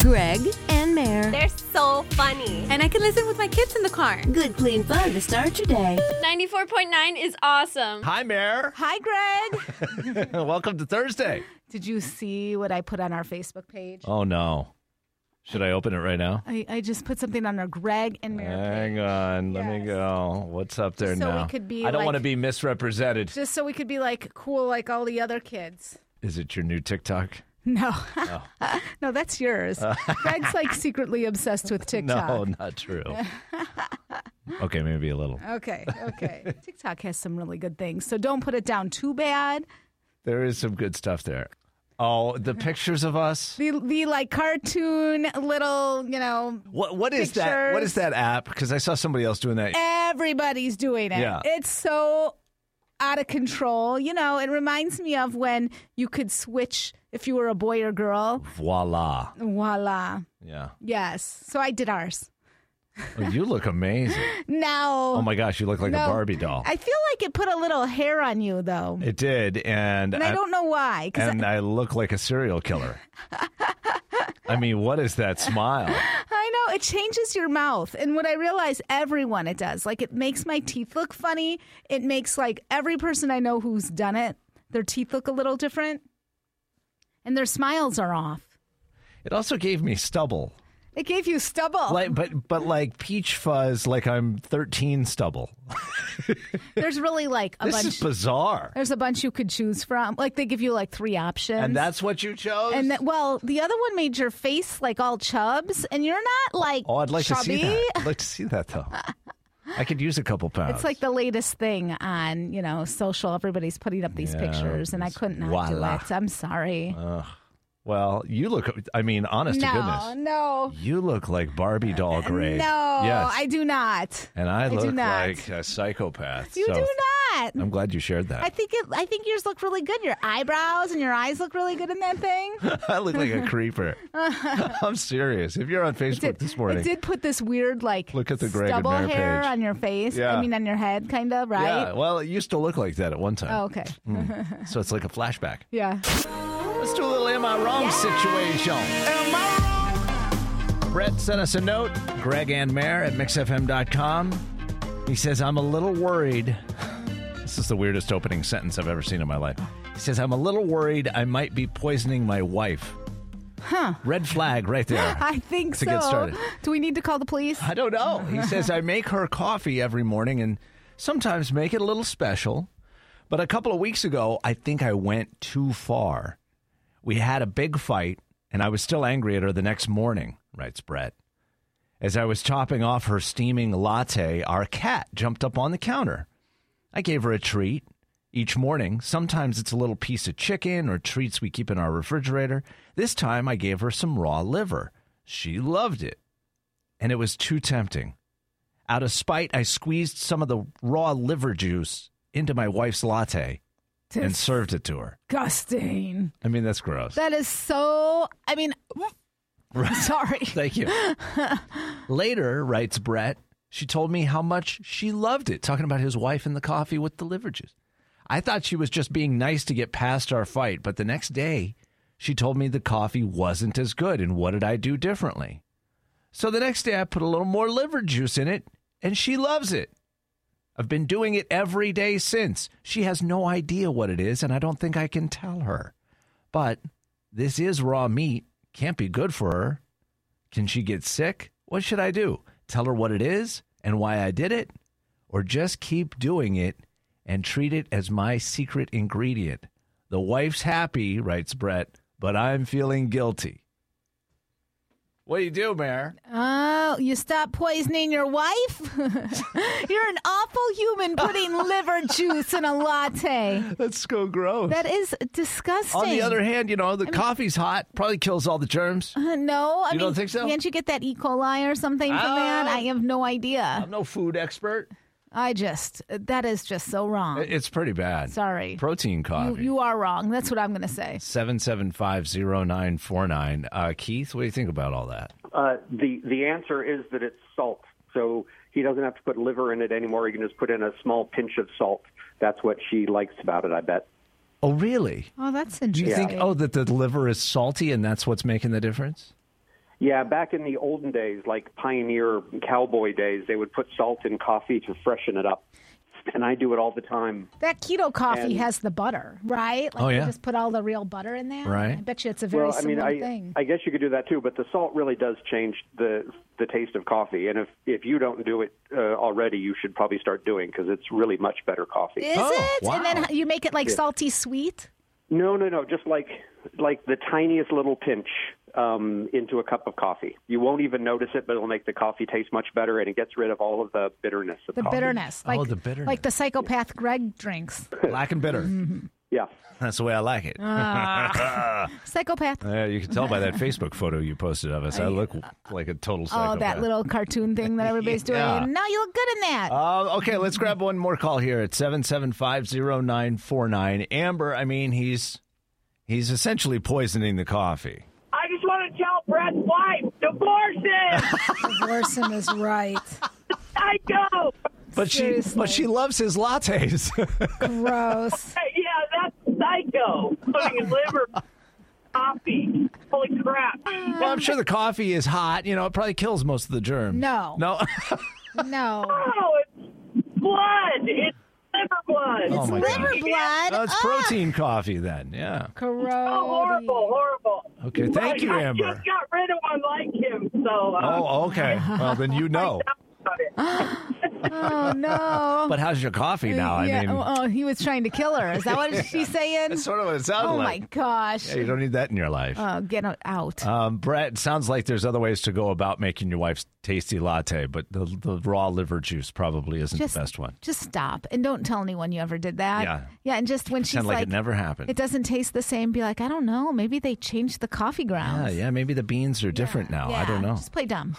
Greg, and Mare. They're so funny. And I can listen with my kids in the car. Good, clean fun to start your day. 94.9 is awesome. Hi, Mayor. Hi, Greg. Welcome to Thursday. Did you see what I put on our Facebook page? Oh, no. Should I open it right now? I, I just put something on our Greg and Mary. Hang on. Let me Yes. go. What's up there Just so we now? could be I don't like- want to be misrepresented. Just so we could be like cool like all the other kids. Is it your new TikTok? No. no, that's yours. Greg's like secretly obsessed with No, TikTok. not true. okay, maybe a little. Okay, okay. TikTok has some really good things. So don't put it down too bad. There is some good stuff there. Oh, the pictures of us. The the like cartoon little, you know, What what is that? What is that app? Because I saw somebody else doing Eh. that. everybody's doing it. Yeah. It's so out of control. You know, it reminds me of when you could switch if you were a boy or girl. Voila. Voila. Yeah. Yes. So I did ours. Oh, you look amazing. Now, Oh my gosh, you look like no. a Barbie doll. I feel like it put a little hair on you, though. it did, and And I don't know why. 'cause and I look like a serial killer. I mean, what is that smile? I know it changes your mouth, and what I realize, everyone it does. Like it makes my teeth look funny. It makes like every person I know who's done it, their teeth look a little different, and their smiles are off. It also gave me stubble, It gave you stubble. like but but like peach fuzz, like I'm 13 stubble. there's really like a This bunch. is bizarre, there's a bunch you could choose from. Like they give you like three options. and that's what you chose. And that, well, the other one made your face like all chubs, and you're not like oh, I'd like to chubby. see that. I'd like to see that though. I could use a couple pounds. It's like the latest thing on you know social. Everybody's putting up these Yeah, pictures, and I it's- couldn't not voila. Oh, do it. I'm sorry. well, you look. I mean, honest to no, goodness, no, you look like Barbie doll grade. no, yes, I do not. and I, do look not. like a psychopath. You so do not. I'm glad you shared that. I think it, I think yours look really good. Your eyebrows and your eyes look really good in that thing. I look like a creeper. I'm serious. If you're on Facebook this morning, It did put this weird like Look at the Greg and stubble Mare hair page. on your face. Yeah. I mean on your head, kind of right. yeah. Well, it used to look like that at one time. Oh, okay. So it's like a flashback. Yeah. Let's do a little Am I Wrong situation. Am I wrong? Brett sent us a note, Greg and Mayor at mixfm.com. He says, I'm a little worried. This is the weirdest opening sentence I've ever seen in my life. He says, I'm a little worried I might be poisoning my wife. Huh. Red flag right there. I think To so. get started. Do we need to call the police? I don't know. He says, I make her coffee every morning and sometimes make it a little special. But a couple of weeks ago, I think I went too far. We had a big fight, and I was still angry at her the next morning, writes Brett. As I was chopping off her steaming latte, our cat jumped up on the counter. I gave her a treat each morning. Sometimes it's a little piece of chicken or treats we keep in our refrigerator. This time I gave her some raw liver. She loved it and it was too tempting. Out of spite, I squeezed some of the raw liver juice into my wife's latte and served it to her. Disgusting. I mean, that's gross. That is so. I mean, sorry. Thank you. Later, writes Brett, she told me how much she loved it, talking about his wife and the coffee with the liver juice. I thought she was just being nice to get past our fight, but the next day, she told me the coffee wasn't as good, and what did I do differently? So the next day, I put a little more liver juice in it, and she loves it. I've been doing it every day since. She has no idea what it is, and I don't think I can tell her. But this is raw meat, can't be good for her. Can she get sick? What should I do? Tell her what it is and why I did it? Or just keep doing it and treat it as my secret ingredient? The wife's happy, writes Brett, but I'm feeling guilty. What do you do, Mayor? Oh, you stop poisoning your wife? You're an awful human putting liver juice in a latte. That's so gross. That is disgusting. On the other hand, you know, the coffee's hot, probably kills all the germs. Uh, no, I You mean, don't think so? Can't you get that E. coli or something from that? Ah. I have no idea. I'm no food expert. I just that is just so wrong. It's pretty bad. Sorry, Protein you, coffee. you are wrong. That's what I'm going to say. 7750949. Uh, Keith, what do you think about all that? Uh, the the answer is that it's salt. So he doesn't have to put liver in it anymore. He can just put in a small pinch of salt. That's what she likes about it. I bet. Oh, really? Oh, that's Do you interesting. think, oh, that the liver is salty and that's what's making the difference? Yeah, back in the olden days, like pioneer cowboy days, they would put salt in coffee to freshen it up. And I do it all the time. That keto coffee And- has the butter, right? Like Oh, they yeah. just put all the real butter in there. Right. I bet you it's a very well, I mean, similar I, thing. I guess you could do that too, but the salt really does change the the taste of coffee. And if if you don't do it uh, already, you should probably start doing because it's really much better coffee. Is Oh, it? And wow. then you make it like salty sweet. No, no, no, just like like the tiniest little pinch um, into a cup of coffee. You won't even notice it, but it'll make the coffee taste much better, and it gets rid of all of the bitterness of The coffee. bitterness, Oh, like the bitterness. like the psychopath Greg drinks. Black and bitter. Yeah. That's the way I like it. Ah. Psychopath. Yeah, you can tell by that Facebook photo you posted of us. I look like a total Oh, psychopath. that little cartoon thing that everybody's Yeah. doing. No, you look good in that. Uh, okay, let's grab one more call here at 7750949. Amber, I mean, he's he's essentially poisoning the coffee. I just want to tell Brett's wife, divorce him. Larson is right. I know. But she Seriously. but she loves his lattes. Gross. Yeah, that's psycho. Putting his liver coffee. Holy crap! Oh, well, I'm sure the coffee is hot, you know, it probably kills most of the germs. No. No. No. Oh, it's blood. It's liver blood. Oh, my Liver gosh. blood. No, it's Ah, protein coffee then. Yeah. Corroding. Oh, horrible, horrible. Okay, thank you, I, I Amber. just got rid of one like him, so. Um, Oh, okay. Well, then you know. Oh, no. But how's your coffee now? I yeah. mean, oh, oh, he was trying to kill her. Is that what she's saying? that's sort of what it sounds oh like. my gosh. Yeah, you don't need that in your life. Oh, get out- out. Um, Brett, it sounds like there's other ways to go about making your wife's tasty latte, but the, the raw liver juice probably isn't just the best one. Just stop and don't tell anyone you ever did that. Yeah. Yeah, and just when she's Pretend like, it never happened. it doesn't taste the same, be like, I don't know, maybe they changed the coffee yeah, grounds. Ah, yeah, maybe the beans are different now. I don't know. Just play dumb.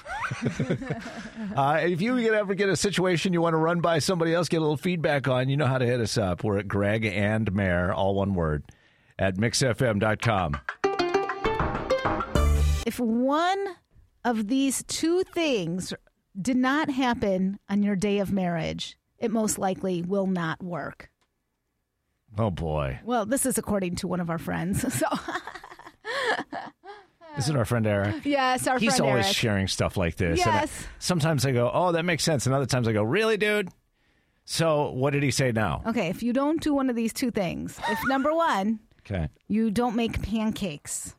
Uh, if you could ever get a situation you want to run by somebody else, get a little feedback on, you know how to hit us up. We're at Greg and Mayor, all one word, at mixfm.com. If one of these two things did not happen on your day of marriage, it most likely will not work. Oh, boy. Well, this is according to one of our friends. So, This is our friend Eric. yes, our He's friend always Eric. sharing stuff like this. and I- Yes. sometimes I go, oh, that makes sense. And other times I go, really, dude? So what did he say now? Okay, if you don't do one of these two things, if number one, Okay. you don't make pancakes,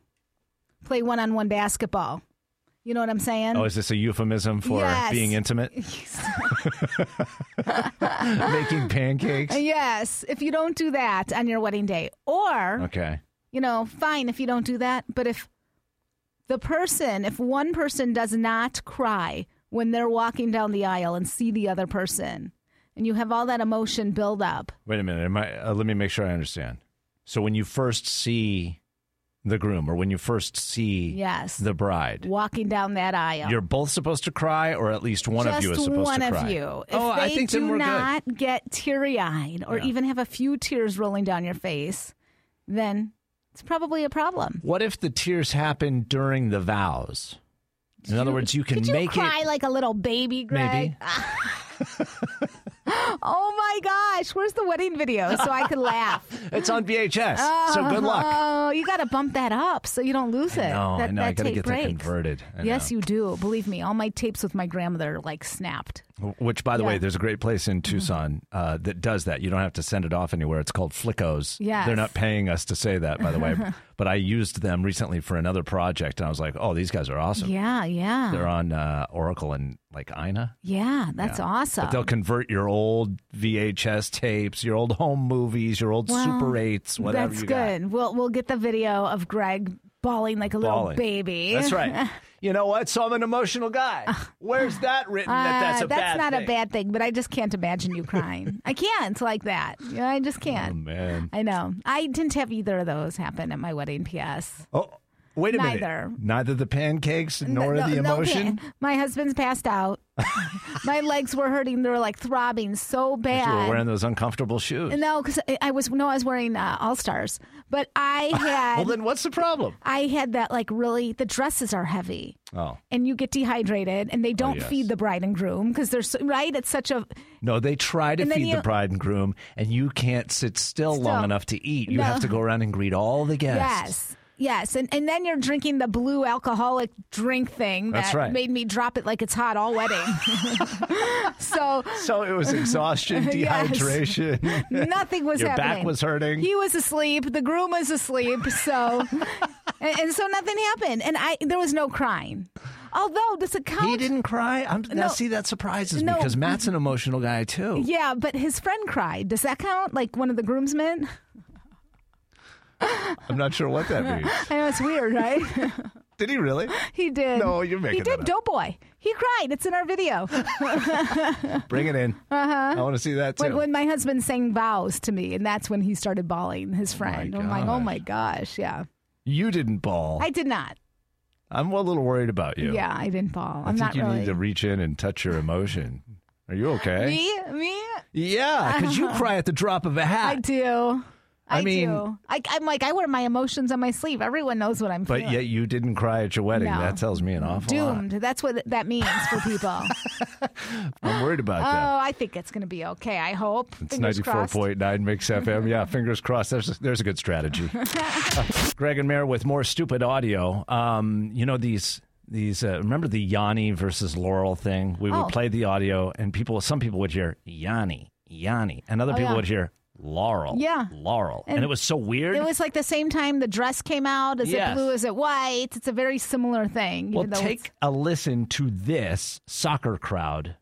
play one on one basketball. You know what I'm saying? Oh, is this a euphemism for Yes. being intimate? Making pancakes? yes, if you don't do that on your wedding day, or, Okay. you know, fine if you don't do that, but if the person, if one person does not cry when they're walking down the aisle and see the other person, and you have all that emotion build up, Wait a minute. Am I, uh, let me make sure I understand. So when you first see the groom or when you first see Yes. the bride, walking down that aisle. you're both supposed to cry or at least one just of you is supposed one to cry? of you. If oh, they I think do then we're good. not get teary eyed or Yeah. even have a few tears rolling down your face, then it's probably a problem. What if the tears happen during the vows? In other words, you can Did you make cry it. like a little baby, Greg? Maybe. Oh my gosh, where's the wedding video so I could laugh? It's on VHS. so good luck. Oh, you got to bump that up so you don't lose it. No, that, I know. That I got to tape get breaks. that converted. I Yes, know. you do. Believe me, all my tapes with my grandmother like snapped. Which, by the way, Yeah. Mm-hmm. there's a great place in Tucson uh, that does that. You don't have to send it off anywhere. It's called Flickos. Yes. They're not paying us to say that, by the way. but I used them recently for another project, and I was like, oh, these guys are awesome. Yeah, yeah. They're on uh, Oracle and like Ina. yeah, that's awesome. But they'll convert your old VHS tapes, your old home movies, your old Super 8s, whatever That's you got. good. We'll we'll get the video of Greg bawling like a Bawling. little baby. That's right. You know what? So I'm an emotional guy. Where's that written? that that's Uh, a bad not a thing? bad thing, but I just can't imagine you crying. I can't like that. Yeah, I just Oh, can't. man. I know. I didn't have either of those happen at my wedding. P.S. Oh, wait a Neither. minute. Neither the pancakes nor No- the no emotion. pain. my husband's passed out. my legs were hurting. They were like throbbing so bad. You were wearing those uncomfortable shoes. no, because I, I was no, I was wearing uh, All Stars, but I had well, then what's the problem? I had that like really. The dresses are heavy. Oh and you get dehydrated and they don't yes. feed the bride and groom because they're so, right it's such a no, they try to And then feed the you- bride and groom, and you can't sit still, long Still. enough to eat. You No. have to go around and greet all the guests. yes Yes, and, and then you're drinking the blue alcoholic drink thing That's that right. made me drop it like it's hot all wedding. so So it was exhaustion, Yes. dehydration. nothing was Your back happening. was hurting. He was asleep. The groom was asleep. So and, and so nothing happened. And I there was no crying. Although this account he didn't cry. I'm, now, No. see, that surprises me No. because Matt's an emotional guy too. Yeah, but his friend cried. Does that count? Like one of the groomsmen? I'm not sure what that means. I know it's weird, right? Did he really? he did. No, you're making He that did. up. Doughboy. He cried. It's in our video. Bring it in. Uh-huh. I want to see that too. when, when my husband sang vows to me, and that's when he started bawling. His friend. I'm like, oh gosh. my gosh, yeah. you didn't ball. I did not. I'm a little worried about you. Yeah, I didn't bawl. I I'm think not you really. need to reach in and touch your emotion. Are you okay? me, me. Yeah, because you cry at the drop of a I hat. do. I I, mean- do. I, I'm like, I wear my emotions on my sleeve. Everyone knows what I'm but feeling. yet you didn't cry at your wedding. No. That tells me an awful lot. Doomed. That's what that means for people. oh, I'm worried about that. I think it's going to be okay. I hope. It's Oh, Fingers ninety-four crossed. point nine Mix FM. Yeah, fingers crossed. There's a, there's a good strategy. Greg and Mayor with more stupid audio. Um, you know these these. Uh, remember the Yanni versus Laurel thing? We would Oh. play the audio, and people. Some people would hear Yanni, Yanni, and other people Oh, yeah. would hear Laurel, Yeah. Laurel, and, And it was so weird. It was like the same time the dress came out. Is Yes. it blue? Is it white? It's a very similar thing. well, even though take a listen to this soccer crowd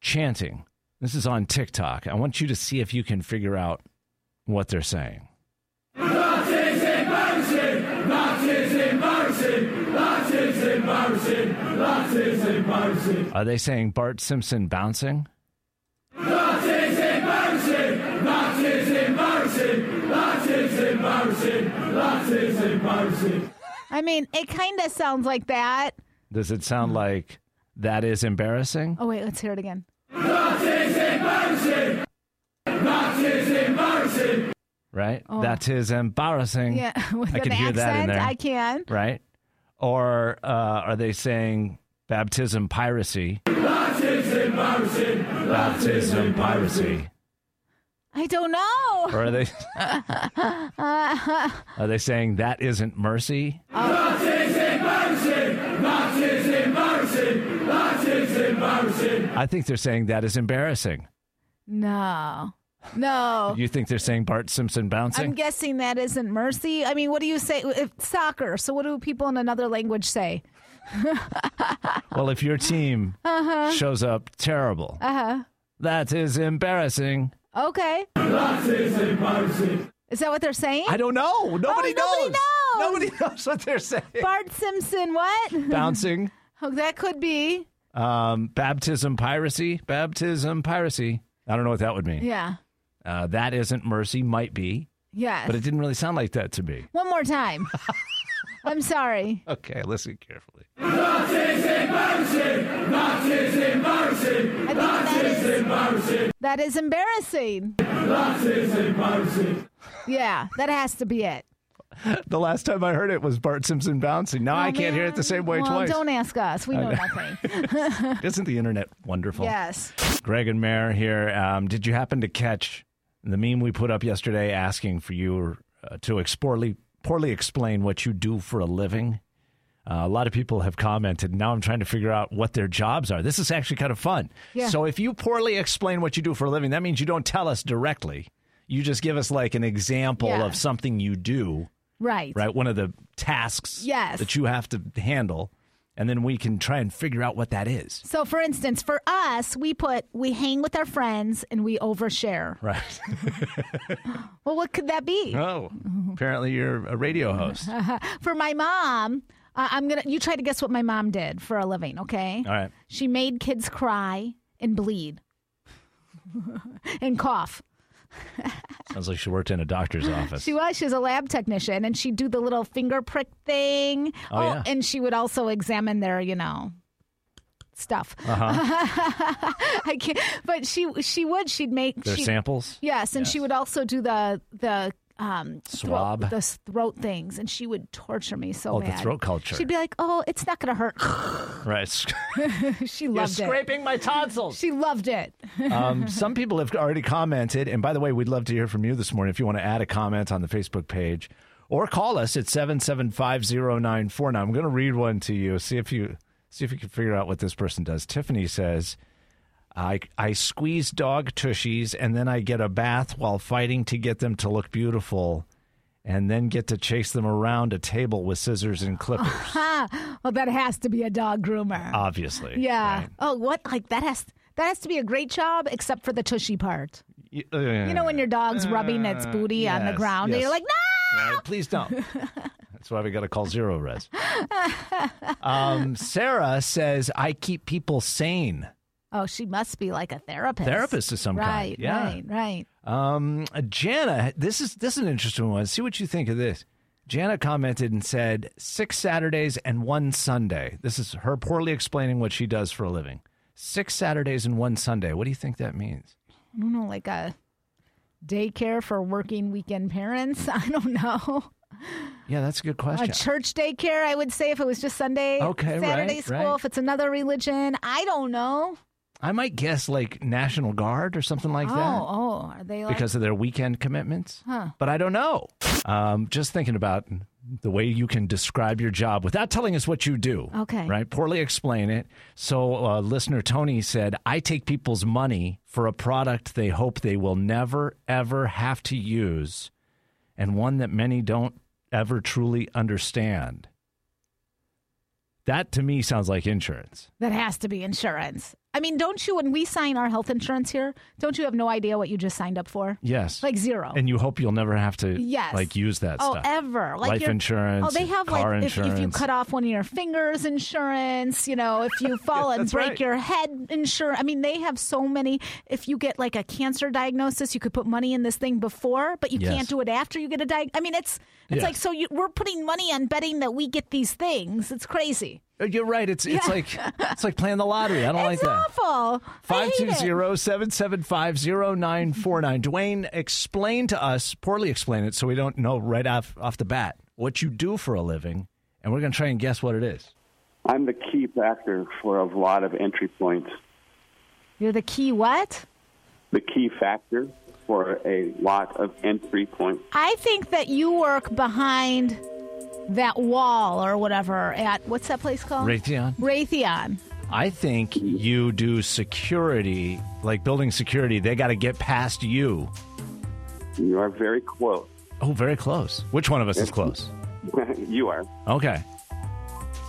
chanting. This is on TikTok. I want you to see if you can figure out what they're saying. Are they saying Bart Simpson bouncing? it's- I mean, it kind of sounds like that. Does it sound like that is embarrassing? Oh wait, let's hear it again. Right? That is embarrassing. Oh. Yeah, with I an can hear accent, that in there. I can. right? Or uh, are they saying baptism piracy? Baptism piracy. I don't know. Or are they? are they saying that isn't mercy? I think they're saying that is embarrassing. No, no. You think they're saying Bart Simpson Oh. I'm bouncing? guessing that isn't mercy. I mean, what do you say? If soccer. So what do people in another language say? well, if your team Uh-huh. shows up terrible, that is embarrassing. Okay. Is that what they're saying? I don't know. Nobody Oh, nobody knows. knows. Nobody knows what they're saying. Bart Simpson. What? Bouncing. Oh, that could be. Um, baptism piracy. Baptism piracy. I don't know what that would mean. Yeah. Uh, that isn't mercy, might be, Yes. but it didn't really sound like that to me. One more time. I'm sorry. Okay, listen carefully. I think that is, that is embarrassing. Yeah, that has to be it. The last time I heard it was Bart Simpson bouncing. Now I Oh, can't hear it man. the same way well, twice. Don't ask us. We know nothing. Isn't the internet wonderful? yes. Greg and Mayor here. Um, did you happen to catch the meme we put up yesterday asking for you uh, to expoorly, poorly explain what you do for a living? Uh, a lot of people have commented. Now I'm trying to figure out what their jobs are. This is actually kind of fun. Yeah. So if you poorly explain what you do for a living, that means you don't tell us directly. You just give us like an example Yeah. of something you do, Right. right? One of the tasks Yes. that you have to handle. And then we can try and figure out what that is. So, for instance, for us, we put we hang with our friends and we overshare. Right. Well, what could that be? Oh, apparently you're a radio host. All For my mom, uh, I'm gonna. You try to guess what my mom did for a living, okay? right. She made kids cry and bleed and cough. Sounds like she worked in a doctor's office. She was. She was a lab technician, and she'd do the little finger prick thing. Oh, yeah. and she would also examine their, you know, stuff. I can't. But she she would. She'd make. Uh-huh. Their she'd- samples? yes, and she Yes. would also do the the um throat- Swab. the s- throat things, and she would torture me so Oh, the bad. throat culture. She'd be like, "Oh, it's not gonna hurt." Right. she loved it. my tonsils. She loved it. um, some people have already commented. And by the way, we'd love to hear from you this morning if you want to add a comment on the Facebook page or call us at 7750949. I'm going to read one to you. See if you see if you can figure out what this person does. Tiffany says, "I I squeeze dog tushies and then I get a bath while fighting to get them to look beautiful." And then get to chase them around a table with scissors and clippers, Ha! Ah, Well, that has to be a dog groomer. obviously. yeah. Uh, right? Oh, what? Like that has that has to be a great job, except for the tushy part. You, You know when your dog's rubbing its booty on the Uh, yes, ground, yes. and you're like, no. Uh, please don't. That's why we got to call zero res. Um, Sarah says, I keep people sane. Oh, she must be like a therapist. Therapist of some kind, right, yeah. Right. Right. Um, Jana, this is this is an interesting one. See what you think of this. Jana commented and said, six Saturdays and one Sunday. This is her poorly explaining what she does for a living. Six Saturdays and one Sunday. What do you think that means? I don't know, like a daycare for working weekend parents. I don't know. Yeah, that's a good A question. church daycare, I would say, if it was just Sunday, Okay, Saturday right, school, right. if it's another religion, I don't know. I might guess like National Guard or something like oh, that. oh, are they like? because of their weekend commitments. Huh. But I don't know. Um, just thinking about the way you can describe your job without telling us what you do. Okay. Right? Poorly explain it. So, uh, listener Tony said, I take people's money for a product they hope they will never, ever have to use and one that many don't ever truly understand. That to me sounds like insurance. that has to be insurance. I mean, don't you? When we sign our health insurance here, don't you have no idea what you just signed up for? Yes. Like zero. and you hope you'll never have to Yes. like use that oh, stuff. ever like Life your- insurance, Oh, they have car like if, if you insurance. cut off one of your fingers, insurance. You know, if you fall and that's break right. your head, insurance. I mean, they have so many. If you get like a cancer diagnosis, you could put money in this thing before, but you Yes. can't do it after you get a diag. I mean, it's it's Yes. like so you, we're putting money on betting that we get these things. It's crazy. Uh, You're right. It's it's like it's like playing the lottery. I don't like it's that. awful. I hate it. 520-775-0949. Dwayne, explain to us, poorly explain it so we don't know right off off the bat what you do for a living, and we're gonna try and guess what it is. I'm the key factor for a lot of entry points. You're the key. What? The key factor for a lot of entry points. I think that you work behind that wall or whatever at what's that place called? Raytheon. Raytheon. I think you do security, like building security, they gotta get past you. You are very close. Oh, very close. Which one of us is close? you are. Okay.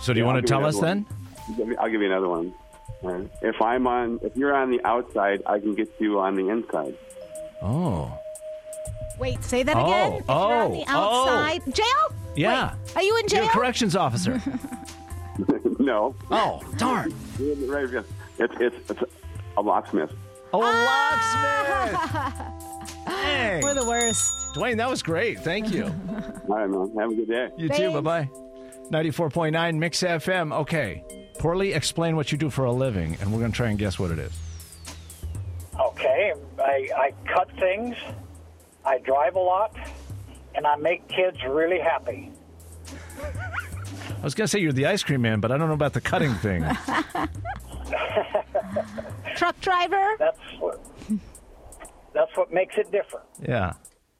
So do you Yeah, I'll want give to tell another us then? one. Give me- I'll give you another one. All right. If I'm on, if you're on the outside, I can get you on the inside. Oh. Wait, say that Oh, again. If you're on oh, the oh. outside jail. Yeah. Wait, are you in You're jail? a corrections officer. no, oh, darn. You're in the right yes. it's it's it's a locksmith. Oh, a locksmith. Dang. We're the worst. Dwayne, that was great. Thank you. All right, man. Have a good day. You too. Thanks. Bye bye. 94.9 Mix FM. Okay. Poorly explain what you do for a living, and we're going to try and guess what it is. Okay, I, I cut things, I drive a lot, and I make kids really happy. I was going to say you're the ice cream man, but I don't know about the cutting thing. Truck driver. That's what, that's what makes it different. yeah.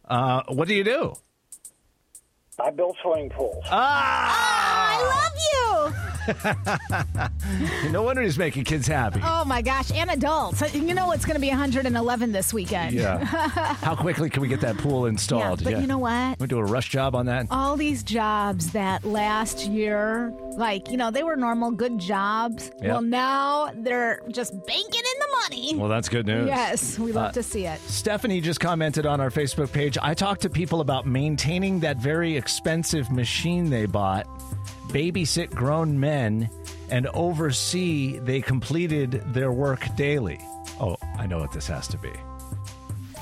Uh, what do you do? I build swimming pools. Ah! Oh, I love you. No wonder he's making kids happy. Oh my gosh, and adults. You know it's going to be 111 this weekend. Yeah. How quickly can we get that pool Yeah, installed? but you know Oh. what? We do a rush job on that. all these jobs that last year, like, you know, they were normal, good jobs. Yep. Well, now they're just banking in the money. Well, Uh, that's good news. yes, we love to see it. Stephanie just commented on our Facebook page. I talked to people about maintaining that very expensive machine they bought, babysit grown men, and oversee they completed their work daily. Oh, I know what this has to be.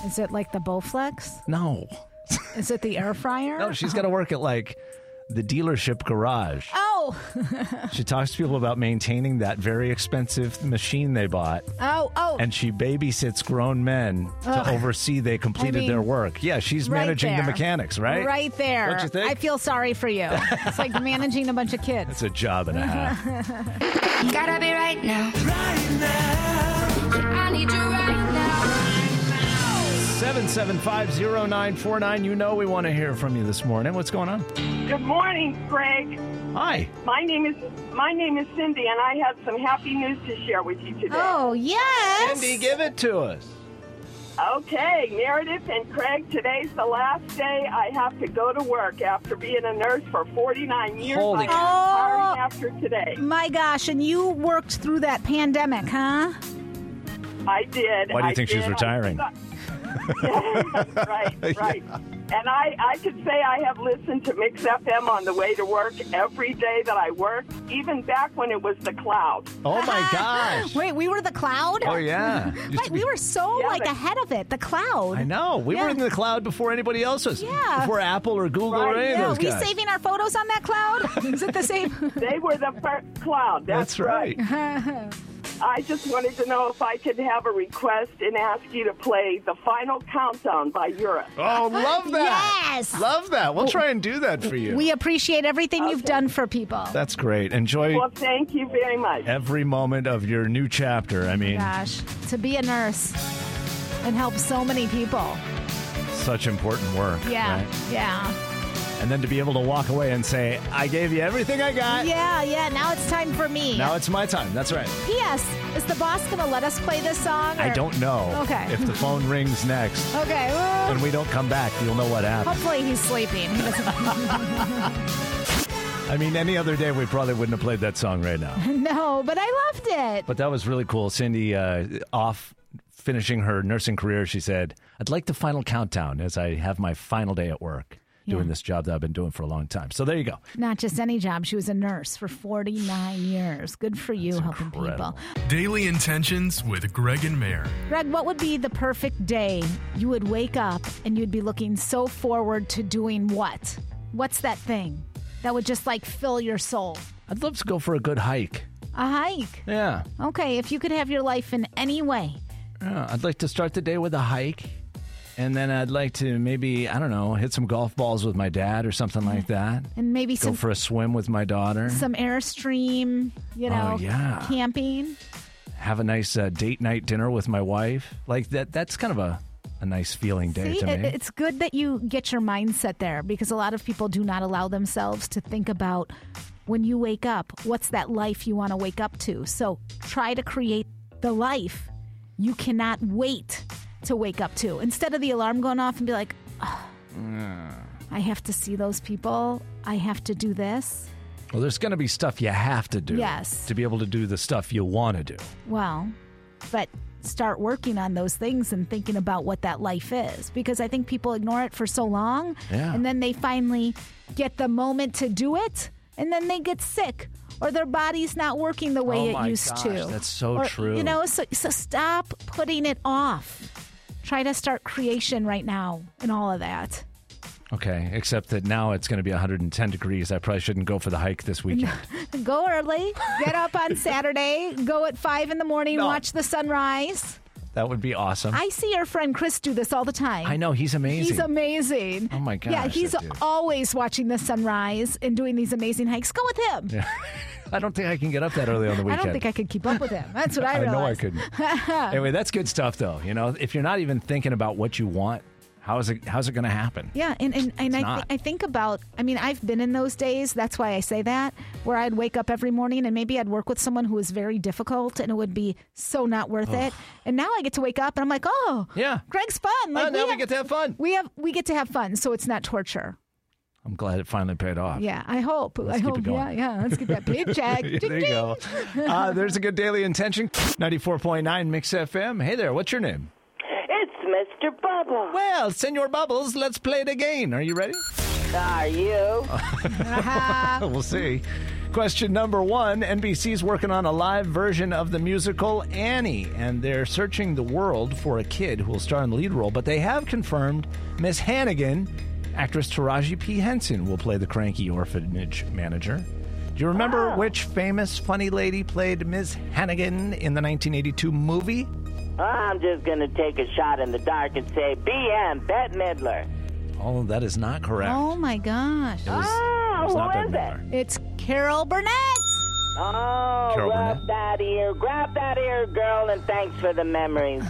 Is it like the Bowflex? No. Is it the air fryer? No, she's got to work at like the dealership garage. Oh, She talks to people about maintaining that very expensive machine they bought, oh, oh. and she babysits grown men Ugh. to oversee they completed mean, their work. Yeah, she's right managing the there. mechanics, right? Right there. Don't you think? I feel sorry for you. It's like managing a bunch of kids. It's a job and a half. Gotta be right Oh now. Right now. I need you right now. 7750949. You know we want to hear from you this morning. What's going on? Good morning, Greg. Hi. My name is my name is Cindy, and I have some happy news to share with you today. Oh, yes. Andy, give it to us. Okay, Meredith and Craig, today's the last day I have to go to work after being a nurse for 49 years. Holy I'm cow. retiring after today. My gosh, and you worked through that pandemic, huh? I did. Why do you I think she's did. retiring? right, right. And I, I could say I have listened to Mix FM on the way to work every day that I worked, even back when it was the cloud. Oh my gosh. Wait, we were the cloud? Oh yeah. Used Wait, to be- we were so Yeah, like but- ahead of it, the cloud. I know. We were Yeah. in the cloud before anybody else was. Yeah. Before Apple or Google or Right. any Yeah, of those we guys. saving our photos on that cloud? Is it the same? They were the first cloud. That's, That's right. I just wanted to know if I could have a request and ask you to play the final countdown by Europe. Oh, love that. Yes. Oh. Love that. We'll try and do that for you. we appreciate everything you've done for people. That's great. Enjoy Well, thank you very much. every moment of your new chapter. I mean, Gosh, to be a nurse and help so many people. such important work. Yeah, right? yeah, And then to be able to walk away and say, I gave you everything I got. yeah, yeah. Now it's time for me. Now it's my time. That's right. P.S. Is the boss gonna let us play this song? I or- don't know. Okay. If the phone rings next Okay. well, and we don't come back, you'll know what happened. hopefully he's sleeping. He doesn't I mean, any other day, we probably wouldn't have played that song right now. know, but I loved it. But that was really cool. Cindy, uh, off finishing her nursing career, she said, I'd like the final countdown as I have my final day at work doing this job that I've been doing for a long time. So there you go. Not just any job. She was a nurse for 49 years. Good for you helping incredible. people. Daily Intentions with Greg and Mayor. Greg, what would be the perfect day? You would wake up and you'd be looking so forward to doing what? What's that thing that would just like fill your soul? I'd love to go for a good hike. A hike. Yeah. Okay, if you could have your life in any way. yeah. I'd like to start the day with a hike. And then I'd like to maybe, I don't know, hit some golf balls with my dad or something like that. Mm. And maybe Go some for a swim with my daughter. some airstream, you know, Oh, yeah. camping. Have a nice uh, date night dinner with my wife. Like that, that's kind of a, a nice feeling day See, to it, me. it's good that you get your mindset there because a lot of people do not allow themselves to think about when you wake up, what's that life you want to wake up to. So try to create the life you cannot wait to wake up to. Instead of the alarm going off and be like, "Ugh, I have to see those people. I have to do this. Well, there's going to be stuff you have to do. Yes. To be able to do the stuff you want to do. Well, but start working on those things and thinking about what that life is because I think people ignore it for so long Yeah. and then they finally get the moment to do it and then they get sick or their body's not working the way Oh it my used gosh, to. that's so Or, true. You know, so, so stop putting it off. Try to start creation right now and all of that. Okay. Except that now it's going to be 110 degrees. I probably shouldn't go for the hike this weekend. Go early, get up on Saturday, go at five in the morning, No. watch the sunrise. that would be awesome. I see your friend Chris do this all the time. I know. He's amazing. He's amazing. Oh my Yeah, gosh, he's that dude. always watching the sunrise and doing these amazing hikes. Go with him. I don't think I can get up that early on the I weekend. don't think I could keep up with him. That's what I I realized. know I couldn't. anyway, that's good stuff, though. You know, if you're not even thinking about what you want, how is it? How's it going to happen? Yeah, and and, and I, not. th- I think about. I mean, I've been in those days. That's why I say that, where I'd wake up every morning and maybe I'd work with someone who was very difficult, and it would be so not worth it. And now I get to wake up and I'm like, oh, Yeah. Greg's fun. Like oh, now we have- get to have fun. we have we get to have fun, so it's not torture. I'm glad it finally paid off. Yeah, I hope. I keep it hope. Yeah, going. yeah. Let's get that paycheck. Ding, there you ding. go. Uh, there's a good daily intention. 94.9 Mix FM. Hey there, what's your name? It's Mr. Bubba. Well, Senor Bubbles, let's play the game. Are you ready? Are you? we'll see. Question number one NBC's working on a live version of the musical Annie, and they're searching the world for a kid who will star in the lead role, but they have confirmed Miss Hannigan, actress Taraji P. Henson, will play the cranky orphanage manager. Do you remember which famous funny lady played Miss Hannigan in the 1982 movie? I'm just going to take a shot in the dark and say, BM, Bette Midler. Oh, that is not correct. Oh my gosh. It was- it Ah, was who is not Bette it? Midler. It's Carol Burnett. Oh, Carol rub Burnett. that ear. Grab that ear, girl, and thanks for the memories.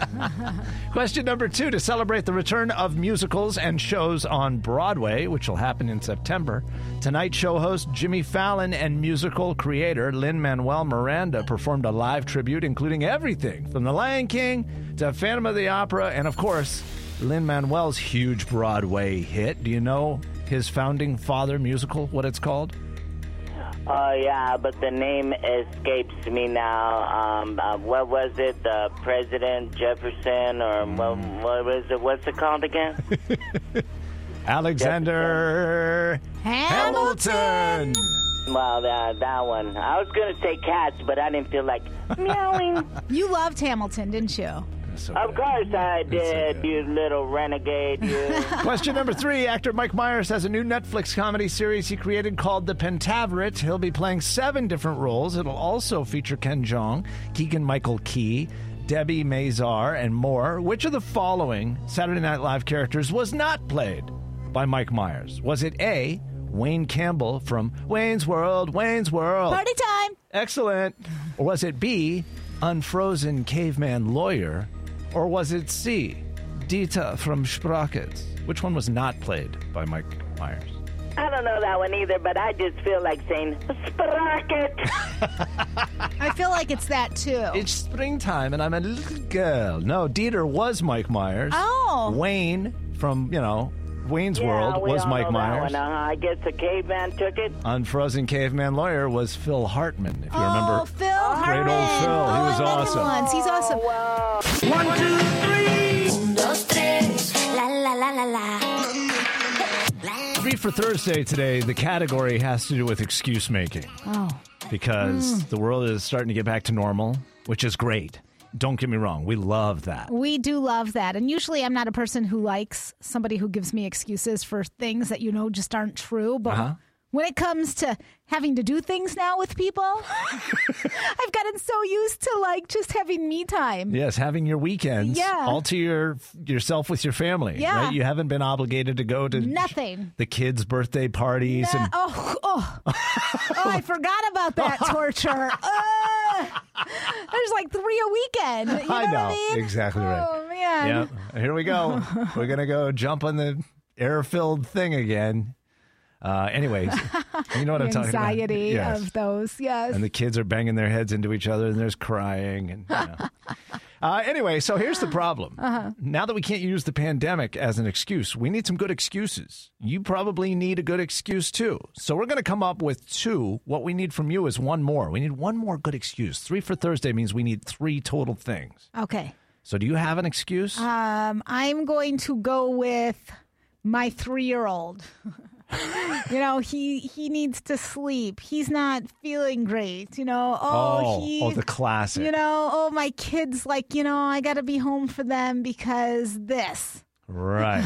Question number two to celebrate the return of musicals and shows on Broadway, which will happen in September. Tonight, show host Jimmy Fallon and musical creator Lynn Manuel Miranda performed a live tribute, including everything from The Lion King to Phantom of the Opera, and of course, Lynn Manuel's huge Broadway hit. Do you know his founding father musical, what it's called? Oh yeah, but the name escapes me now. Um, uh, what was it? The President Jefferson, or Mm. what, what was it? What's it called again? Alexander Hamilton. well, uh, that one. I was gonna say cats, but I didn't feel like meowing. You loved Hamilton, didn't you? of course I did, you little renegade. You. Question number three Actor Mike Myers has a new Netflix comedy series he created called The Pentaveret. He'll be playing seven different roles. It'll also feature Ken Jeong, Keegan Michael Key, Debbie Mazar, and more. Which of the following Saturday Night Live characters was not played by Mike Myers? Was it A, Wayne Campbell from Wayne's World, Wayne's World? Party time. Excellent. Or was it B, unfrozen caveman lawyer? Or was it C, Dita from Sprockets? Which one was not played by Mike Myers? I don't know that one either, but I just feel like saying sprocket. I feel like it's that too. It's springtime and I'm a little girl. No, Dieter was Mike Myers. Oh. Wayne from, you know, Wayne's Yeah, World we was all Mike know that Myers. one, uh-huh. I guess the caveman took it. Unfrozen caveman lawyer was Phil Hartman, if you Oh, remember. Phil Great Hartman. old Phil. He Oh, was I love him awesome. once. He's awesome. One, two, three. Un, dos, tres. La, la, la, la, la. Three for Thursday today, the category has to do with excuse making. Oh. Hmm. because the world is starting to get back to normal, which is great. Don't get me wrong, we love that. We do love that. And usually I'm not a person who likes somebody who gives me excuses for things that you know just aren't true. But Uh-huh. when it comes to having to do things now with people, I've gotten so used to like just having me time. Yes, having your weekends Yeah. all to your yourself with your family. Yeah. right? you haven't been obligated to go to Nothing. the kids' birthday parties Uh, and oh, oh. oh, I forgot about that torture. Ugh. there's like three a weekend. You know, I What know I mean? exactly right. Oh, man. Yeah, here we go. We're gonna go jump on the air-filled thing again. Uh, anyways, you know what The I'm talking about. anxiety Yes. of those. Yes. and the kids are banging their heads into each other and there's crying and you know. uh, anyway so here's the problem Uh-huh. now that we can't use the pandemic as an excuse we need some good excuses you probably need a good excuse too so we're going to come up with two what we need from you is one more we need one more good excuse three for thursday means we need three total things okay. so do you have an excuse Um, I'm going to go with my three-year-old. you know, he he needs to sleep. He's not feeling great. You know, oh, he, oh the classic you know, oh my kids, like you know, I got to be home for them because this. right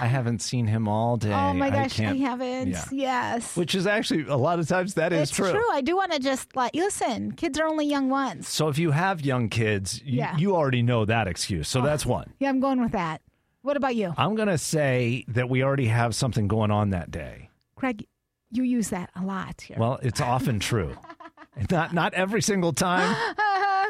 i haven't seen him all day oh my gosh, I, can't- haven't. yeah. Yes, which is actually a lot of times that is it's true. I do want to just like listen. Kids are only young once. So if you have young kids, you, Yeah. you already know that excuse. So that's one. Yeah, I'm going with that. What about you, I'm going to say that we already have something going on that day. Craig? You use that a lot here. Well, it's often true. Not not every single time,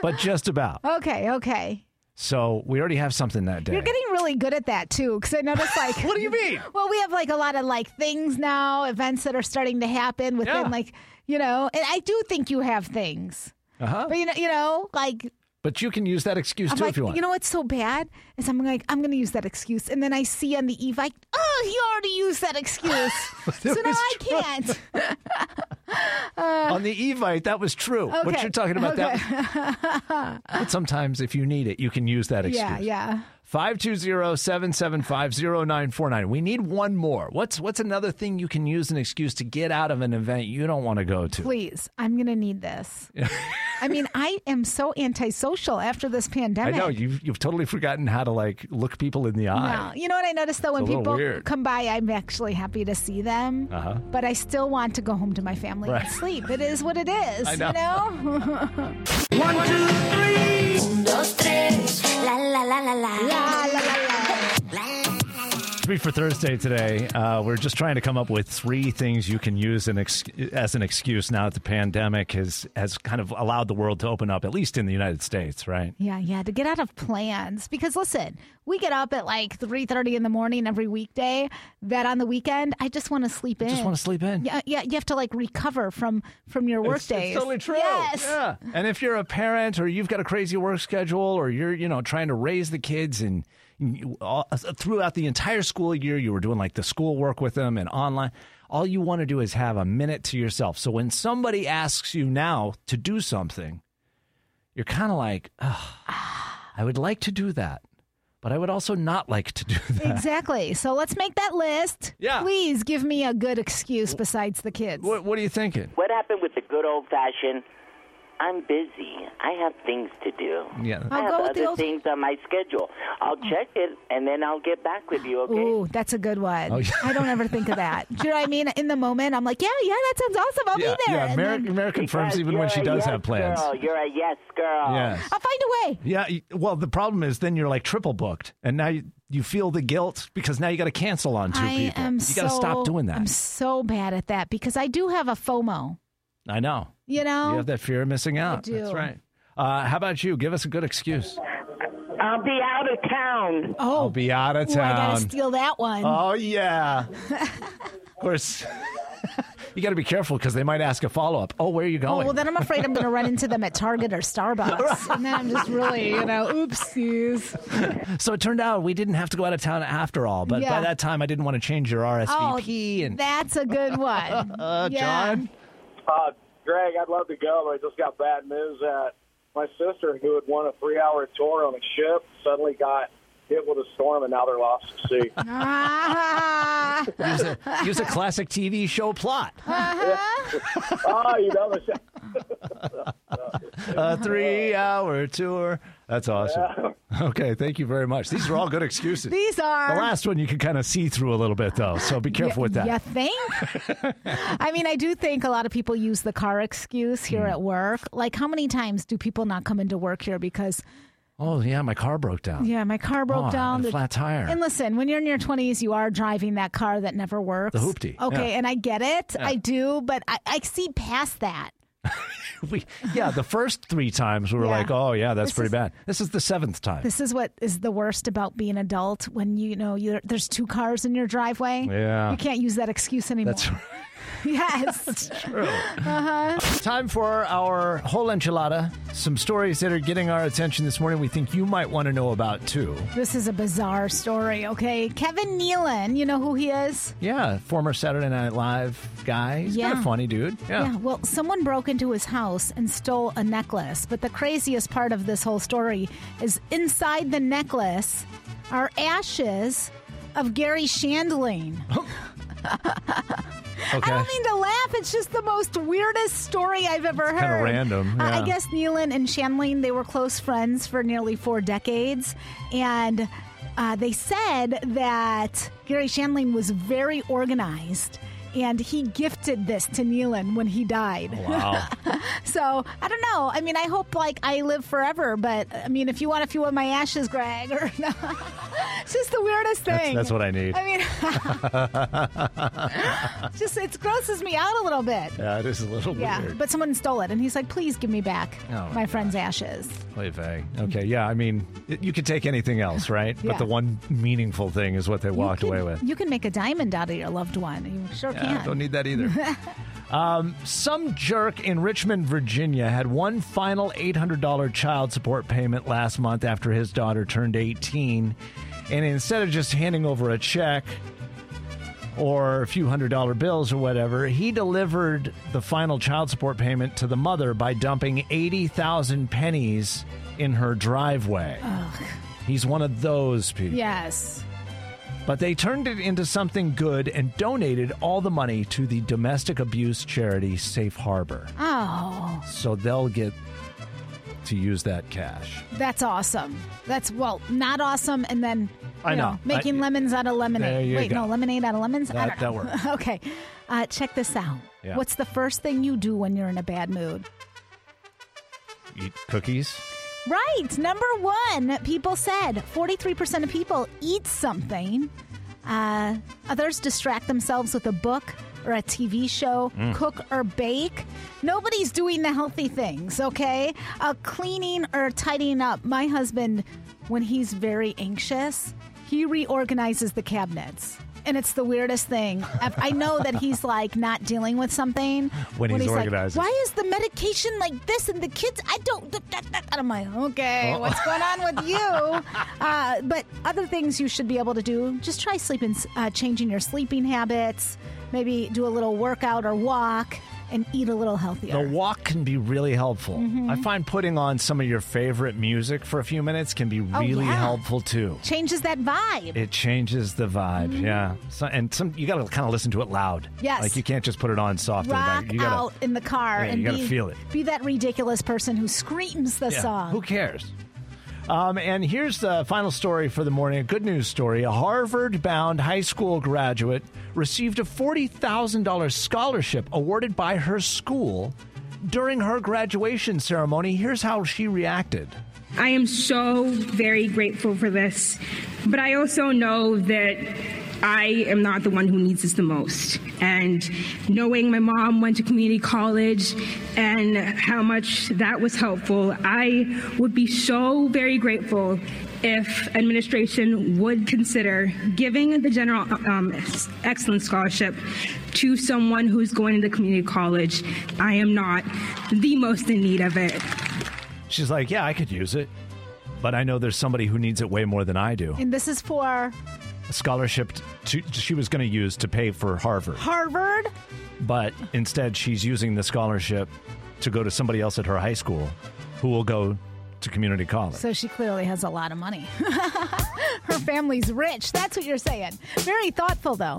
but just about. okay, okay. So we already have something that day. You're getting really good at that too, because I noticed like. What do you mean? Well, we have like a lot of like things now, events that are starting to happen within Yeah. like you know, and I do think you have things, Uh-huh. but you know, you know, like But you can use that excuse I'm too like, if you want. you know what's so bad is I'm like I'm gonna use that excuse, and then I see on the eve like, oh, he already used that excuse, so That now was I true. can't. on the Evite, that was true. What Okay. you're talking about that. but sometimes if you need it, you can use that excuse. yeah, yeah. 520-775-0949. We need one more. What's what's another thing you can use an excuse to get out of an event you don't want to go to? Please, I'm gonna need this. I mean, I am so antisocial after this I pandemic. know you've you've totally forgotten how to like look people in the No. eye. You know what I noticed though? When It's a little people weird. come by, I'm actually happy to see them. Uh-huh. But I still want to go home to my family Right. and sleep. It is what it is. I You know? One, two, three. Un, dos, tres. La, la, la, la, la. La, la, la, la. Three for Thursday today. Uh, we're just trying to come up with three things you can use an ex- as an excuse now that the pandemic has, has kind of allowed the world to open up, at least in the United States, right? Yeah, yeah, to get out of plans because listen, we get up at like 3:30 in the morning every weekday. That on the weekend, I just want to sleep in. just wanna sleep in. Yeah, yeah, you have to like recover from from your work It's- days. It's totally true. Yes. Yeah. And if you're a parent or you've got a crazy work schedule or you're, you know, trying to raise the kids and you, all, uh, throughout the entire school year you were doing like the school work with them and online, all you want to do is have a minute to yourself. So when somebody asks you now to do something, you're kind of like, "Ugh, I would like to do that, but I would also not like to do that. Exactly. So let's make that list. Yeah. Please give me a good excuse besides the kids. What, what are you thinking? What happened with the good old fashioned? I'm busy. I have things to do. Yeah. I I'll have go with the other old- things on my schedule. I'll check it and then I'll get back with you. Okay. Ooh, that's a good one. Oh, yeah. I don't ever think of that. Do you know what I mean? In the moment, I'm like, yeah, yeah, that sounds awesome. I'll yeah, be there. yeah. And Mary, then Mary confirms Because even when you're she a does yes have plans. Girl. You're a yes girl. Yes. I'll find a way. Yeah. y- Well, the problem is then you're like triple booked, and now you, you feel the guilt because now you got to cancel on two I people. am you got to so- stop doing that. I'm so bad at that because I do have a FOMO. I know. You know? you have that fear of missing out. That's Oh. do. right. Uh, how about you? Give us a good excuse. I'll be out of town. I'll Oh, be out of ooh, I gotta town. steal that one. oh yeah. of course. you got to be careful because they might ask a follow up. Oh, where are you Oh, going? well, then I'm afraid I'm going to run into them at Target or Starbucks. and then I'm just really, you know, oopsies. so it turned out we didn't have to go out of town after all. But Yeah. by that time, I didn't want to change your RSVP. oh, and that's a good one. Uh, yeah. John? Uh, Greg, I'd love to go, but I just got bad news that my sister, who had won a three-hour tour on a ship, suddenly got hit with a storm, and now they're lost at sea. Ah. use, a, use a classic TV show plot. Ah, oh, you know, uh, the- a three hour tour. That's awesome. Okay, thank you very much. These are all good excuses. These are. The last one you can kind of see through a little bit, though, so be careful Yeah, with that. You think? I mean, I do think a lot of people use the car excuse here Hmm. at work. Like, how many times do people not come into work here because, Oh, yeah, my car broke down. yeah, my car Oh, broke I down? had a the- flat tire. And listen, when you're in your 20s, you are driving that car that never works. The hoopty, Okay, yeah. and I get it. Yeah. I do, but I, I see past that. We, yeah, the first three times we were Yeah. like, oh, yeah, that's This pretty is- bad. This is the seventh time. This is what is the worst about being adult when you know you're, there's two cars in your driveway. Yeah. You can't use that excuse anymore. That's right. yes. That's true. Uh-huh. Time for our whole enchilada. Some stories that are getting our attention this morning we think you might want to know about, too. This is a bizarre story, okay? Kevin Nealon, you know who he is? Yeah, former Saturday Night Live guy. He's kind Yeah. of funny, dude. Yeah. well, someone broke into his house and stole a necklace. But the craziest part of this whole story is inside the necklace are ashes of Gary Shandling. Okay. I don't mean to laugh. It's just the most weirdest story I've ever kinda heard. random, I- I yeah. guess Nealon and Shanlene, they were close friends for nearly four decades. And uh, they said that Gary Shanlene was very organized. And he gifted this to Nealon when he died. Wow. so I don't know. I mean, I hope like I live forever, but I mean, if you want a few of my ashes, Greg, or it's just the weirdest That's- thing. that's what I need. I mean, it's just it grosses me out a little bit. yeah, it is a little Yeah, weird. but someone stole it, and he's like, "Please give me back Oh, my my, friend's ashes." Play vague. Okay, yeah. I mean, it, you could take anything else, right? Yeah. But the one meaningful thing is what they walked away with. You can make a diamond out of your loved one. You sure Yeah, can. don't need that either. um, some jerk in Richmond, Virginia, had one final $800 child support payment last month after his daughter turned 18, and instead of just handing over a check. Or a few hundred dollar bills or whatever, he delivered the final child support payment to the mother by dumping 80,000 pennies in her driveway. He's one of those people. Yes. But they turned it into something good and donated all the money to the domestic abuse charity Safe Harbor. Oh, So they'll get to use that cash. that's awesome. That's well, not awesome, and then I you know. making I- lemons out of lemonade. There you Wait, go. no, lemonade out of lemons. I That- don't know. that works. okay, uh, check this out. Yeah. What's the first thing you do when you're in a bad mood? Eat cookies? Right. Number one, people said 43% of people eat something. Uh, others distract themselves with a book or a TV show, Mm. cook or bake. Nobody's doing the healthy things, okay? Uh, cleaning or tidying up. My husband, when he's very anxious, he reorganizes the cabinets. And it's the weirdest thing. I I know that he's like not dealing with something. When he's like, organizing. Why is the medication like this and the kids? I don't. th- th- th-" And I'm like, okay, Oh. what's going on with you? Uh, but other things you should be able to do just try sleeping, uh, changing your sleeping habits, maybe do a little workout or walk, and eat a little healthier. The walk can be really helpful. Mhm. I find putting on some of your favorite music for a few minutes can be Oh, really yeah. helpful too. Changes that vibe. It changes the vibe, yeah. So, and some you got to kind of listen to it loud. Mm-hmm. Yes. like you can't just put it on soft. in the back. Rock you gotta, out in the car Yeah, and you gotta be, feel it. be that ridiculous person who screams the Yeah, song. Who cares? Um, and here's the final story for the morning. A good news story. A Harvard bound high school graduate received a $40,000 scholarship awarded by her school during her graduation ceremony. Here's how she reacted. I am so very grateful for this, but I also know that I am not the one who needs this the most. And knowing my mom went to community college and how much that was helpful, I would be so very grateful if administration would consider giving the general um, excellence scholarship to someone who's going to community college. I am not the most in need of it. She's like, Yeah, I could use it, but I know there's somebody who needs it way more than I do. And this is for A scholarship t- to, she was going to use to pay for Harvard, Harvard. but instead she's using the scholarship to go to somebody else at her high school who will go to community college. So she clearly has a lot of money. Her family's rich. That's what you're saying. Very thoughtful, though.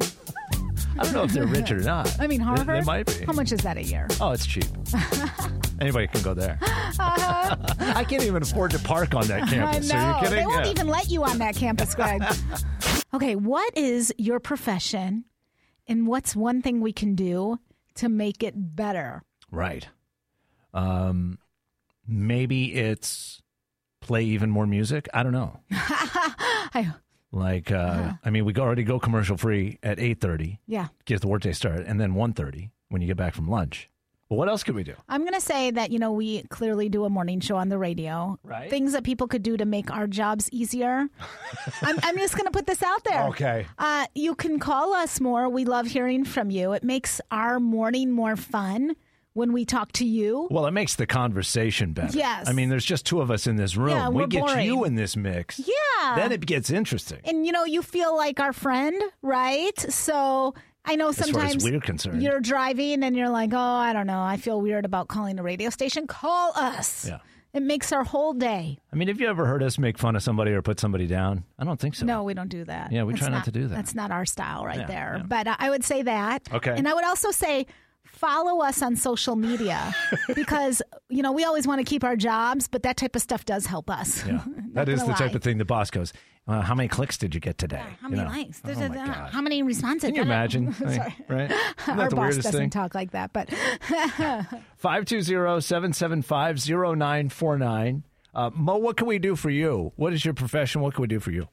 I don't know if they're rich or not. I mean, They- Harvard. They, might be. How much is that a year? Oh, it's cheap. Anybody can go there. I can't even afford to park on that campus. Uh-huh. I know. Are you kidding? They won't Yeah. even let you on that campus, Greg. okay, what is your profession, and what's one thing we can do to make it better? Right. Um, maybe it's play even more music. I don't know. like, uh, Uh-huh. I mean, we go- already go commercial free at eight thirty. Yeah. Get the workday started, and then one thirty when you get back from lunch. But what else could we do? I'm going to say that, you know, we clearly do a morning show on the radio. Right. Things that people could do to make our jobs easier. I'm, I'm just going to put this out there. Okay. Uh, you can call us more. We love hearing from you. It makes our morning more fun when we talk to you. Well, it makes the conversation better. Yes. I mean, there's just two of us in this room. Yeah, we we're get boring. you in this mix. Yeah. Then it gets interesting. and you know you feel like our friend right so i know As far as sometimes we're concerned. you're driving and you're like oh i don't know i feel weird about calling the radio station call us Yeah. it makes our whole day I mean, have you ever heard us make fun of somebody or put somebody down? I don't think so. no we don't do that Yeah, we try not to do that. that's not our style right Yeah, there but uh, i would say that Okay. and i would also say follow us on social media because you know we always want to keep our jobs but that type of stuff does help us Yeah. Not that is gonna the lie. type of thing the boss goes, uh, How many clicks did you get today? how You many know? likes? uh, Oh, my God. How many responses? Can you imagine? Sorry. Right? Isn't that Our the boss weirdest doesn't thing? talk like that, but 520 775 0949. Uh, Mo, what can we do for you? What is your profession? What can we do for you?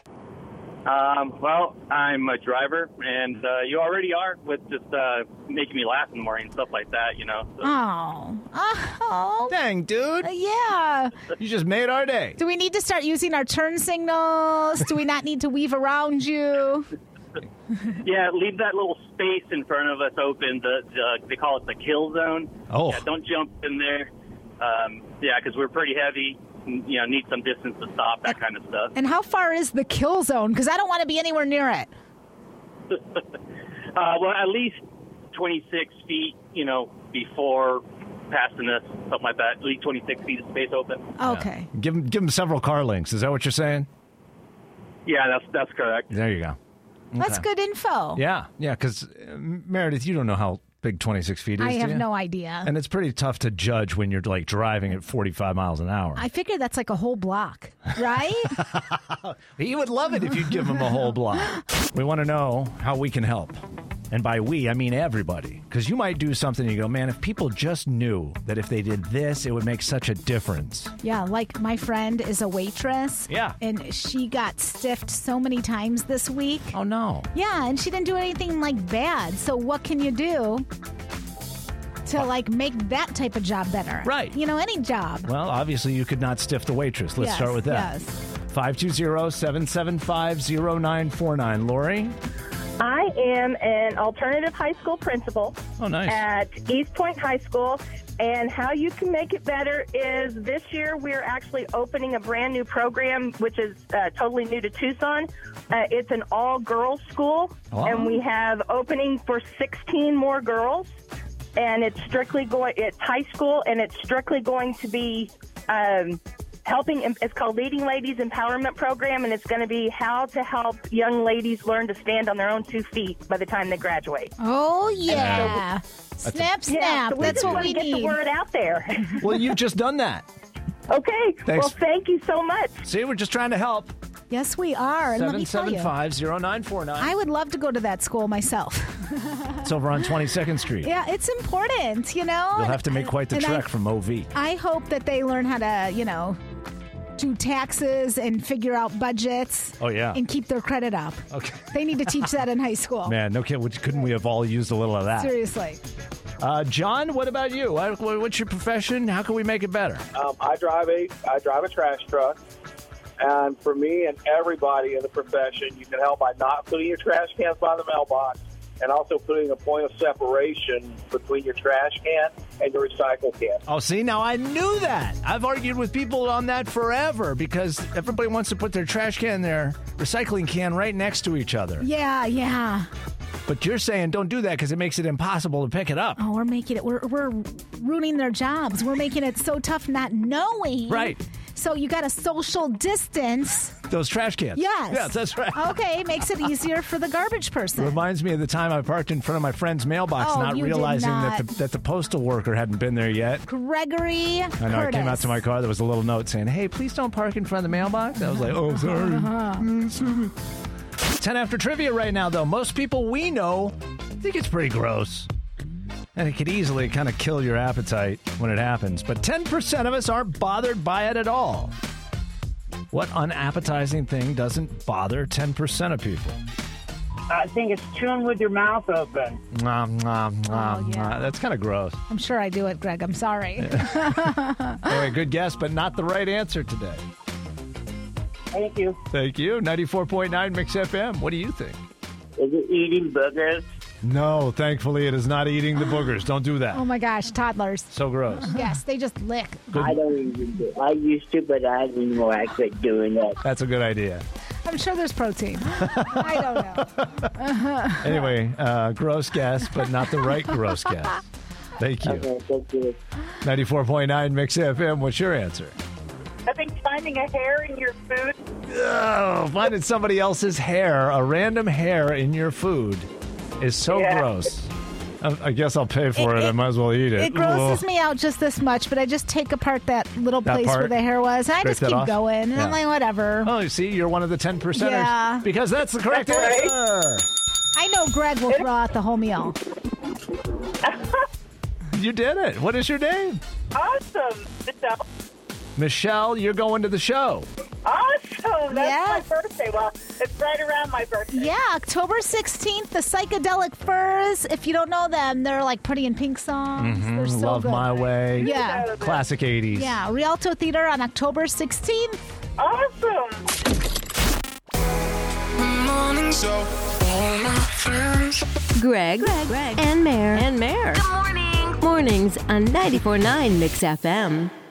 Um, well, I'm a driver, and uh, you already are with just uh, making me laugh in the morning and stuff like that, you know. So. oh, oh, dang, dude, yeah. You just made our day. Do we need to start using our turn signals? Do we not need to weave around you? Yeah, leave that little space in front of us open. The, the they call it the kill zone. Oh. yeah, don't jump in there. Um, yeah, because we're pretty heavy. n- You know, need some distance to stop that kind of stuff. And how far is the kill zone? Because I don't want to be anywhere near it. Uh, well, at least 26 feet. You know, before passing us, something like that. At least 26 feet of space open. Okay. Give him, give him several car links. Is that what you're saying? Yeah, that's that's correct. There you go. That's Okay. good info. Yeah, yeah, because Meredith, you don't know how big 26 feet is. I do have you? no idea. And it's pretty tough to judge when you're like driving at 45 miles an hour. I figure that's like a whole block, right? He would love it if you'd give him a whole block. We want to know how we can help. And by we, I mean everybody. Because you might do something and you go, man, if people just knew that if they did this, it would make such a difference. Yeah, like my friend is a waitress. Yeah. And she got stiffed so many times this week. Oh, no. Yeah, and she didn't do anything like bad. So, what can you do to like make that type of job better? Right. You know, any job. Well, obviously, you could not stiff the waitress. Let's Yes, start with that. yes. 520 775 0949. Lori? I am an alternative high school principal Oh, nice. at East Point High School. And how you can make it better is this year we're actually opening a brand new program, which is uh, totally new to Tucson. Uh, it's an all girls school, Oh. and we have opening for 16 more girls. And it's strictly going, it's high school, and it's strictly going to be um, helping, it's called Leading Ladies Empowerment Program, and it's going to be how to help young ladies learn to stand on their own two feet by the time they graduate. Oh, uh, yeah. Snap, snap. Yeah, so we That's just what wanna we get need. the word out there. well, you've just done that. Okay. Thanks. Well, thank you so much. See, we're just trying to help. Yes, we are. And let me tell you, 775 0949. I would love to go to that school myself. It's over on 22nd Street. Yeah, it's important, you know? You'll have to make quite the And I- trek from OV. I hope that they learn how to, you know, do taxes and figure out budgets. Oh, yeah. And keep their credit up. Okay. They need to teach that in high school. Man, no kid. Couldn't we have all used a little of that? Seriously. Uh, John, what about you? What- what- What's your profession? How can we make it better? Um, I drive a I drive a trash truck, and for me and everybody in the profession, you can help by not putting your trash cans by the mailbox, and also putting a point of separation between your trash can and your recycle can. Oh, see, now I knew that. I've argued with people on that forever because everybody wants to put their trash can, their recycling can, right next to each other. Yeah, yeah. But you're saying don't do that because it makes it impossible to pick it up. Oh, we're making it, we're, we're ruining their jobs. We're making it so tough not knowing. Right. So you got to social distance. Those trash cans. Yes. Yes, that's right. Okay, makes it easier for the garbage person. Reminds me of the time I parked in front of my friend's mailbox, Oh, not you did realizing That, not. the, that the postal worker hadn't been there yet. Gregory I know. I Curtis. came out to my car. There was a little note saying, "Hey, please don't park in front of the mailbox." I was like, "Oh, sorry." Mm, Uh-huh. 10 after trivia right now, though. Most people we know think it's pretty gross. And it could easily kind of kill your appetite when it happens. But 10% of us aren't bothered by it at all. What unappetizing thing doesn't bother 10% of people? I think it's chewing with your mouth open. Nom, nom, Oh, nom, nom. That's kind of gross. I'm sure I do it, Greg. I'm sorry. Anyway, good guess, but not the right answer today. Thank you. Thank you. 94.9 Mix FM. What do you think? Is it eating boogers? No, thankfully, it is not eating the boogers. Don't do that. oh my gosh, toddlers. So gross. Yes, they just lick. I don't even do I used to, but I anymore. I quit doing it. That's a good idea. I'm sure there's protein. I don't know. Uh-huh. Anyway, uh, gross guess, but not the right gross guess. Thank you. thank you. 94.9 Mix FM, what's your answer? I think finding a hair in your food. Oh, finding somebody else's hair, a random hair in your food, is so Yeah. gross. I, I guess I'll pay for it, I might as well eat it. It grosses Ugh. me out just this much, but I just take apart that little That place part? where the hair was, and I Scrape just that keep off? going. And I'm Yeah. like, whatever. Oh, you see, you're one of the 10 percenters. Yeah. Because that's the correct That's right. answer. I know Greg will throw out the whole meal. You did it. What is your name? Awesome. Michelle. Michelle, you're going to the show. Awesome. That's my birthday. Well, it's right around my birthday. Yeah, October 16th, the Psychedelic Furs. If you don't know them, they're like Pretty in Pink songs. Mhm. They're so Love Oh, good. My Way. Yeah. Classic 80s. Yeah, Rialto Theater on October 16th. Awesome. Morning show. All my friends. Greg, Greg, and Mare, and Mare. Good morning. Mornings on 94.9 Mix FM.